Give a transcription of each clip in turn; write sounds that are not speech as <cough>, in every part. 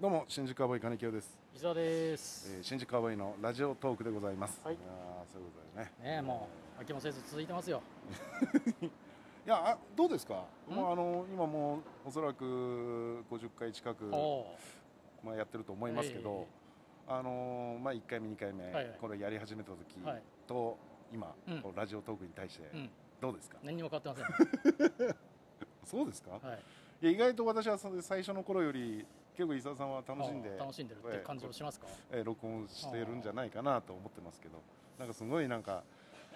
どうも新宿アボイ金城です、伊沢でえーす、新宿アボイのラジオトークでございます。はいあーそういうことでね。ねえもう飽きもせず続いてますよいやあどうですか。んもうあの今もうおそらく50回近くおーまあやってると思いますけど、あのーまあ1回目2回目、はいはいこれやり始めた時はいと、今、うんこうラジオトークに対してうんどうですか。何にも変わってません <laughs> そうですか。はいいや意外と私はその最初の頃より結構伊沢さんは楽しんであー楽しんでるって感じをしますかえー録音してるんじゃないかなと思ってますけどなんかすごいなんか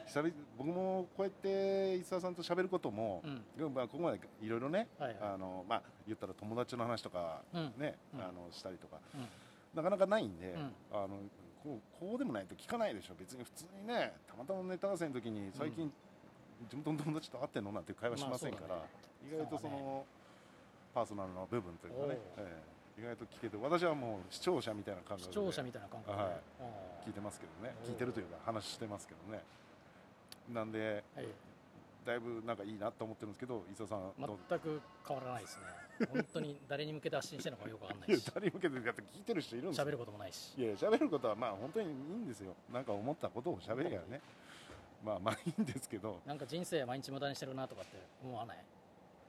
久々僕もこうやって伊沢さんと喋ることもう、んでもまあここまでいろいろね、はいはいあのまあ、言ったら友達の話とか、うんねうんあのしたりとかうんなかなかないんで、うんあのこうこうでもないと聞かないでしょ別に普通にねたまたまネタ合わせの時に最近、地元の友達と会ってんのなんて会話しませんから、まあ意外とそそうのだパーソナルの部分というかね、おうええ意外と聞けて私はもう視聴者みたいな感覚視で聴者みたいな感覚で、はいあー聞いてますけどねおう聞いてるというか話してますけどねなんではいだいぶなんかいいなと思ってるんですけど伊沢さんどう全く変わらないです <laughs> ね本当に誰に向けて発信してるのかよくわかんないやし誰に向けてるかって聞いてる人いるんですよ喋ることもないしいや喋ることはまあ本当にいいんですよなんか思ったことを喋りゃねまあまあいいんですけどなんか人生毎日無駄にしてるなとかって思わない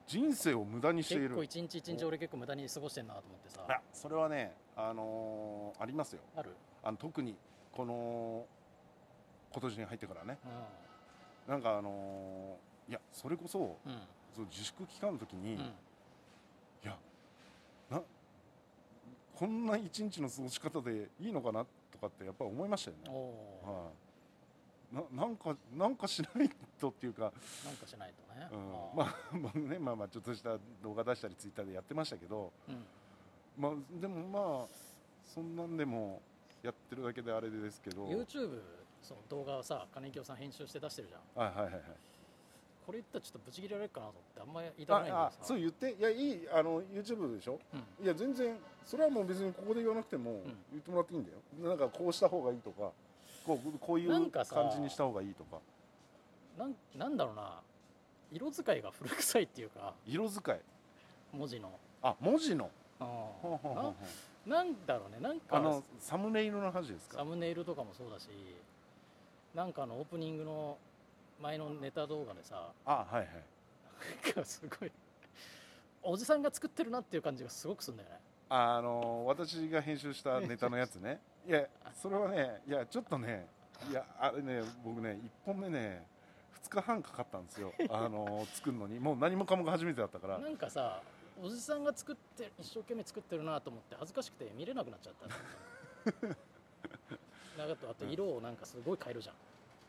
人生を無駄にしてい結る構一日一日俺結構無駄に過ごしてんなと思ってさあそれはねあのーありますよあるあの特にこの今年に入ってからねうなんかあのーいやそれこそんその自粛期間の時に、うんういんやなこんな一日の過ごし方でいいのかなとかってやっぱり思いましたよねおおはい、ななんかなんかしないとっていう <laughs> か、ーなんかしないとねうんーまあ <laughs> まあねまあまあちょっとした動画出したりツイッターでやってましたけど、うんまあ、でもまあそんなんでもやってるだけであれですけど、はい YouTube その動画をさ金井京さん編集して出してるじゃんはいはいはいこれ言ったらちょっとブチ切れられるかなと思ってあんまり言いたくないんあだあけどさそう言っていやいいあの YouTube でしょうんいや全然それはもう別にここで言わなくてもん言ってもらっていいんだよ、なんかこうした方がいいとかこうこういなうんかさ感じにした方がいいとかなんなんだろうな色使いが古臭いっていうか色使い文字のあ文字のうんほんほんほんほんななんだろうねなんあかのサムネイルの話ですサかムネイルとかもそうだしなんかあのオープニングの前のネタ動画でさあはいはいなんかすごいおじさんが作ってるなっていう感じがすごくするんだよねあの私が編集したネタのやつね <laughs> いやそれはねいやちょっとねいやあれね僕ね1本目ね2日半かかったんです <laughs> よあの作るのにもう何もかもが初めてだったからなんかさおじさんが作って一生懸命作ってるなと思って恥ずかしくて見れなくなっちゃった <laughs> なんかあとうん色をなんかすごい変えるじゃん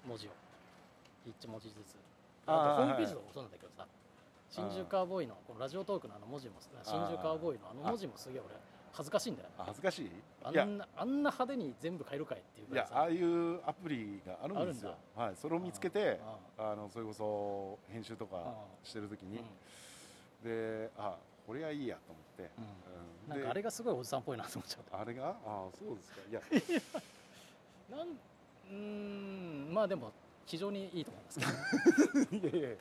文字を一文字ずつあーあとホームページとかもそうなんだけどさ新宿カーボーイのこのラジオトークのあの文字も新宿カーボーイのあの文字もすげえ俺恥ずかしいんだよねあ恥ずかしいあいやんなあんな派手に全部変えるかいっていういぐらやいさああいうアプリがあるんですよあるはい、それを見つけてああのそれこそ編集とかしてる時うんにであこれはいいやと思って、うんうなんでかあれがすごいおじさんっぽいなと思っちゃったあれがあそうですかいやなんうーんまあでも非常にいいと思いますけど <laughs> いやいや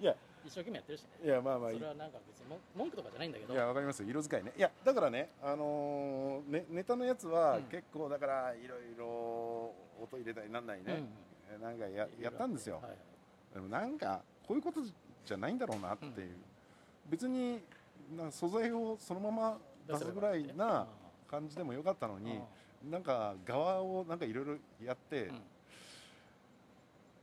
いや一生懸命やってるしねいやまあまあいそれはなんか別にも文句とかじゃないんだけどいやわかりますよ色使いねいやだからねあのーねネタのやつはうん結構だからいろいろ音入れたりなんないね、なんかややったんですよ、はいでもなんかこういうことじゃないんだろうなっていう、別になんか素材をそのまま出すぐらいな感じでもよかったの出せばいいにんだよね、なんか側をなんかいろいろやってうん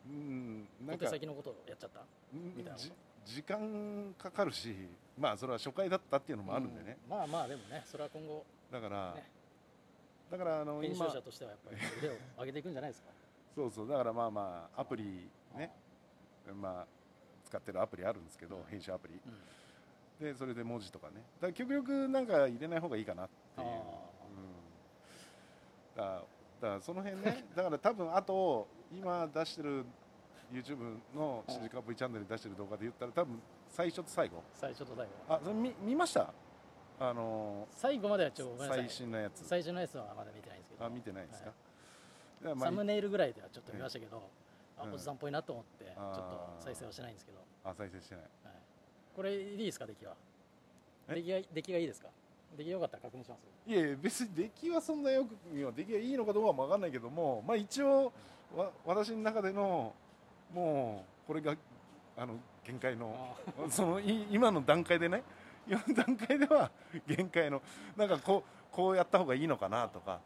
うんうん、な小んか手先のことをやっちゃったみたいなじ時間かかるしまあそれは初回だったっていうのもあるんでね、うまあまあでもねそれは今後だから、ねだからあの編集今者としてはやっぱり腕を上げていくんじゃないですかそうそうだからまあまあアプリね、まあ使ってるアプリあるんですけど、うん編集アプリうんでそれで文字とかねだから極力なんか入れない方がいいかなっていう、あうんー、だからだからその辺 <laughs> ねだから多分あと今出してる YouTube の「新宿アプリチャンネル」出してる動画で言ったら多分最初と最後最初と最後あそれ見見ましたあの最後まではちょっとごめんなさい最新のやつ最初のやつはまだ見てないんですけどあ見てないですか、はだからまあサムネイルぐらいではちょっと見ましたけど、うんあおじさんっぽいなと思ってちょあーっと再生はしてないんですけど、あ再生してないはいこれいいですか出来はえ出来が出来がいいですか出来よかったら確認しますいやいや別に出来はそんなよくいや出来がいいのかどうかも分かんないけどもまあ一応わ私の中でのもうこれがあの限界のあそのい今の段階でね <laughs> 今の段階では限界のなんかこうこうやった方がいいのかなとか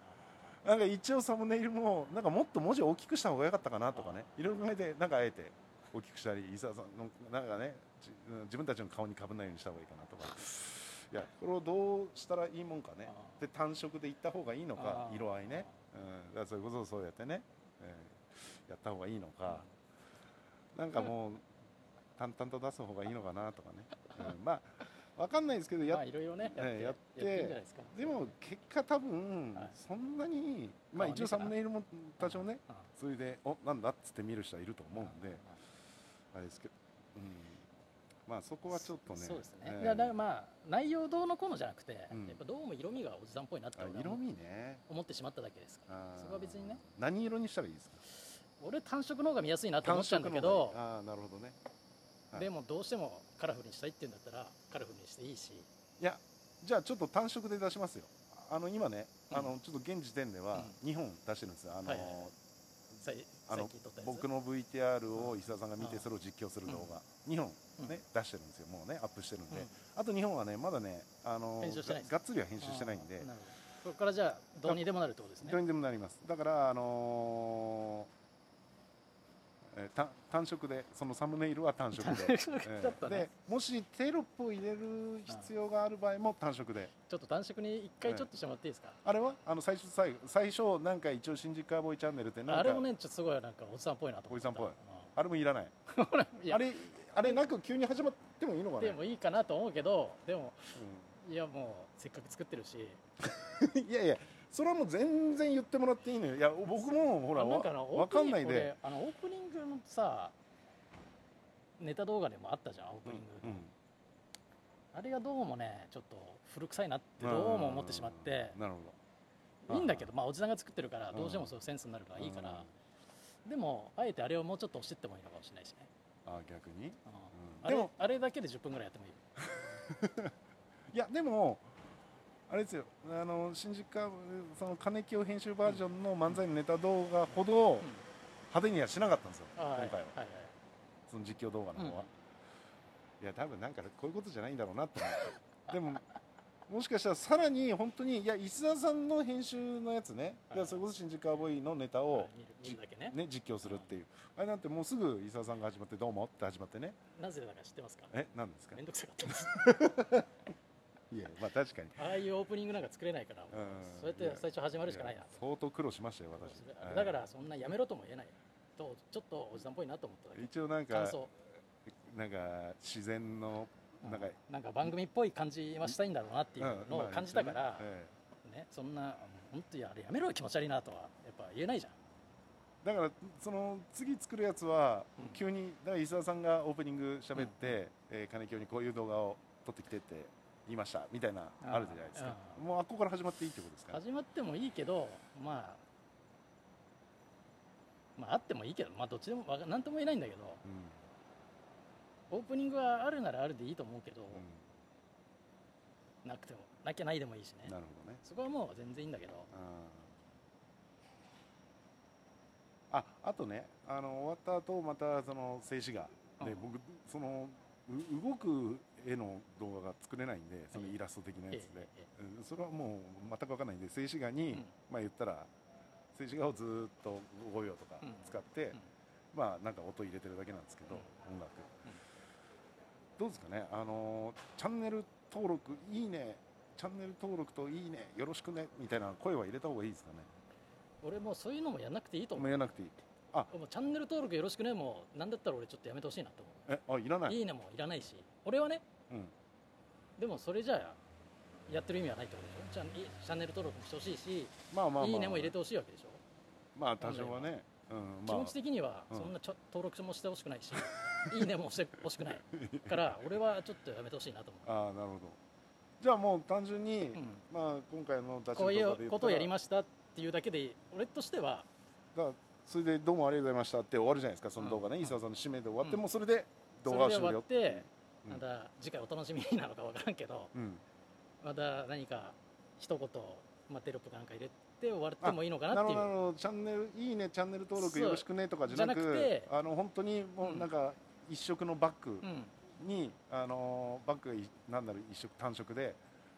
なんか一応サムネイルもなんかもっと文字を大きくした方が良かったかなとかねいろいろ考えてなんかあえて大きくしたり伊沢さんのなんかねじ自分たちの顔にかぶらないようにした方がいいかなとかいやこれをどうしたらいいもんかねで単色でいった方がいいのかあー色合いね、うん、だからそれこそそうやってね、えーやった方がいいのか、なんかもう淡々と出す方がいいのかなとかね、うん、まあわかんないですけどーやまあいろいろねええややっっててやってんじゃないですかでも結果多分はいそんなに、まあ変わんねえかな一応サムネイルも多少ねあそれでおなんだっつって見る人はいると思うんであれですけど、うん、まあそこはちょっとねそうですね、えだえからだからまあ内容どうのこうのじゃなくて、うんやっぱどうも色味がおじさんっぽいなってあ俺は色味ね思ってしまっただけですからあーそこは別にね何色にしたらいいですか俺単色の方が見やすいなって思っ単ちゃう色んのだけど方がいいああなるほどねはいでもどうしてもカラフルにしたいって言うんだったらカラフルにしていいし、いやじゃあちょっと単色で出しますよあの今ね、うんあのちょっと現時点では2本出してるんですよあの、はいはいはいさいあの最近撮ったやつ僕の VTR を石田さんが見てうんそれを実況する動画、2本ね、出してるんですよもうねアップしてるんうんで、あと2本はねまだねあの編集してないですががっつりは編集してないんであーなるほどここからじゃあどうにでもなるってことですねどうにでもなりますだからあのーえー単単色でそのサムネイルは単色でえだったー <laughs> ねでもしテロップを入れる必要がある場合も単色で <laughs> ちょっと単色に一回ちょっとしてもらっていいですか、あれはあの最初最後最初なんか一応新宿カーボーイチャンネルってなんかあれもねちょっとすごいなんかおじさんっぽいなと思ったおじさんっあれもいらない <laughs> ぽいやあれあれなく急に始まってもいいのかねでもいいかなと思うけどでもいやもうせっかく作ってるしうん <laughs> いやいやそれはもう全然言ってもらっていいのよいや僕もほらあわなんかあのオーわプかニんンないグで俺あのオープニングのさネタ動画でもあったじゃんオープニング、うんうんあれがどうもねちょっと古臭いなってどうも思ってしまってなるほいどいんだけどまあおじさんが作ってるからうんどうしてもそういうセンスになるからいいかうんらでもあえてあれをもうちょっと押してってもいいのかもしれないしねあ逆にううんんあれでもあれだけで10分ぐらいやってもいいいやでもあれですよあの新宿カーボーイその金清編集バージョンの漫才のネタ動画ほど派手にはしなかったんですようん今はい回ははいその実況動画の方はは、いいや多分なんかこういうことじゃないんだろうなって思ってでももしかしたらさらに本当にいや石田さんの編集のやつね、はいいやそれこそ新宿アボーイのネタうんを、見る見るだけねね、実況するっていうあれなんてもうすぐ石田さんが始まって「どうも」って始まってねなぜだか知ってますかえなんですかめんどくさかったですいやまあ確かにああいうオープニングなんか作れないからうんそうやって最初始まるしかないいなや相当苦労しましたよ私はいだからそんなやめろとも言えないとちょっとおじさんっぽいなと思っただけ一応なん感か想なんか自然のなんか、うんなんか番組っぽい感じはしたいんだろうなっていうのをまあ感じたから、ええね、そんな、本当にあれやめろよ気持ち悪いなとは、やっぱ言えないじゃん。だからその次作るやつはうん急にだから石田さんがオープニング喋って、えー金京にこういう動画を撮ってきてって言いましたみたいなあーあるじゃないですかうんもうあっこから始まっていいってことですか始まってもいいけど、まあ、まあ、あってもいいけど、まあ、どっちでもわか、なんとも言えないんだけど、うオープニングはあるならあるでいいと思うけど、ん、なくても、なきゃないでもいいうしんねな。るほどねそこはもう全然いいんだけど、あーああとねあの終わった後またその静止画でうん僕そのう動く絵の動画が作れないんでそのイラスト的なやつえでえ、ええうんそれはもう全く分かんないんで静止画に、うんまあ言ったら静止画をずーっと5秒とかうん使って、まあなんか音入れてるだけなんですけど、音楽、うんどうですかねあのーチャンネル登録いいねチャンネル登録といいねよろしくねみたいな声は入れた方がいいですかね俺もうそういうのもやんなくていいともう思う。やらなくていいもうチャンネル登録よろしくね、もう、なんだったら俺ちょっとやめてほしいなと思えあいらう。ないい、いねもいらないし、俺はね、うん、でもそれじゃあやってる意味はないってことでしょチャンいチャンネル登録もしてほしいし、まあまあまあいいねも入れてほしいわけでしょ、まあ多少はね、うんまあ、気持ち的にはうんそんなちょ、登録もしてほしくないし <laughs> いいねもしてほしくないから俺はちょっとやめてほしいなと思ああなるほどじゃあもう単純に、う、うんまあ今回の出しこういうことをやりすましたっていうだけで俺としてはだからそれでどうもありがとうございましたって終わるじゃないですかその動画ね、うん伊沢さんの指名で終わって、うんもうそれでそ動れ画はで終終わ了って、うんなんだ次回お楽しみなのか分からんけどうんまた何か一言、まあ、テロップかなんか入れて終わってもいいのかななっるてほいどなるうほどチャンネルいいねチャンネル登録そうよろしくねとかじゃなくじゃなくてあの本当にもうなんか一色のバッグうんに、あのバッグがいなんだろう一色単色で、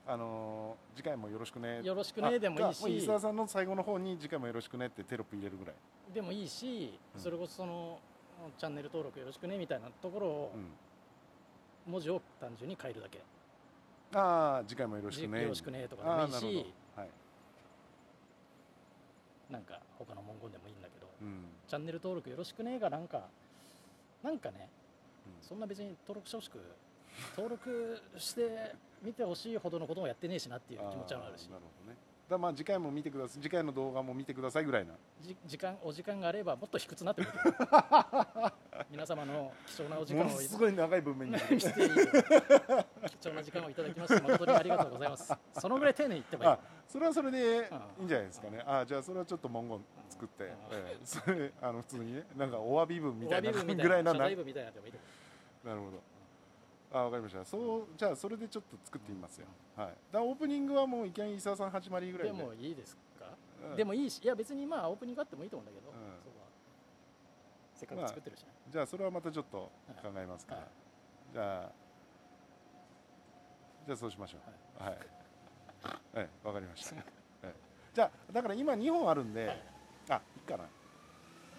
あの次回もよろしくねよろしくねでもいいあかうし石澤さんの最後の方に次回もよろしくねってテロップ入れるぐらい、でもいいし、うんそれこそそのチャンネル登録よろしくねみたいなところを、うん、文字を単純に変えるだけよああ次回もよろしくねよろしくねとかであもあいいなるほしどはい、なんか他の文言でもいいんだけど、うんうんチャンネル登録よろしくねがなんかなんかねそんな別に登録してほしく登録して見てほしいほどのこともやってねえしなっていう気持ちはあるしーなるほどねだまあ次回も見てください次回の動画も見てくださいぐらいなじ時間お時間があればもっと卑屈 <laughs> なってこと皆様の貴重なお <laughs> 時間もをのすごい長い文面にして貴重な時間をいただきまして誠にありがとうございますそのぐらい丁寧に言ってばいいあそれはそれでいいんじゃないですかねあーじゃあそれはちょっと文言作って、うんええ <laughs> それあの普通にねなんかお詫び文みたいなお詫び文みたぐらいいなな謝な罪文みたいなのでもいいと思なるほど。あ、わかりました。そう、じゃあ、それでちょっと作ってみますよ。はい。だからオープニングはもう、いきなり伊沢さん始まりぐうらいでもいいですかうんでもいいしいや別にまあオープニングあってもいいと思うんだけど、んそこはせっかく作ってるしね、じゃあ、それはまたちょっと考えますから。はいじゃあ。じゃあ、そうしましょう。はい。はい、わ、かりました。はいじゃあ、だから、今二本あるんで。はいあ、いいかな。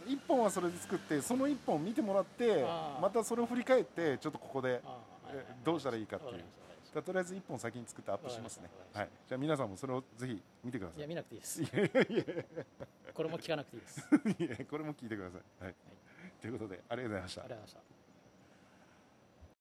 一本はそれで作って、その一本を見てもらってあ、ーまたそれを振り返って、ちょっとここで。ああはいはいはいえどうしたらいいかっていうわりましたわかりましじゃあとりあえず一本先に作ってアップしますねわかりましたはいじゃあ皆さんもそれをぜひ見てくだたさいいや見なくていいですいやいやいやこれも聞かなくていいですあ <laughs> りいやこれも聞いてください、はい、ということでありがとうございましたがとうございました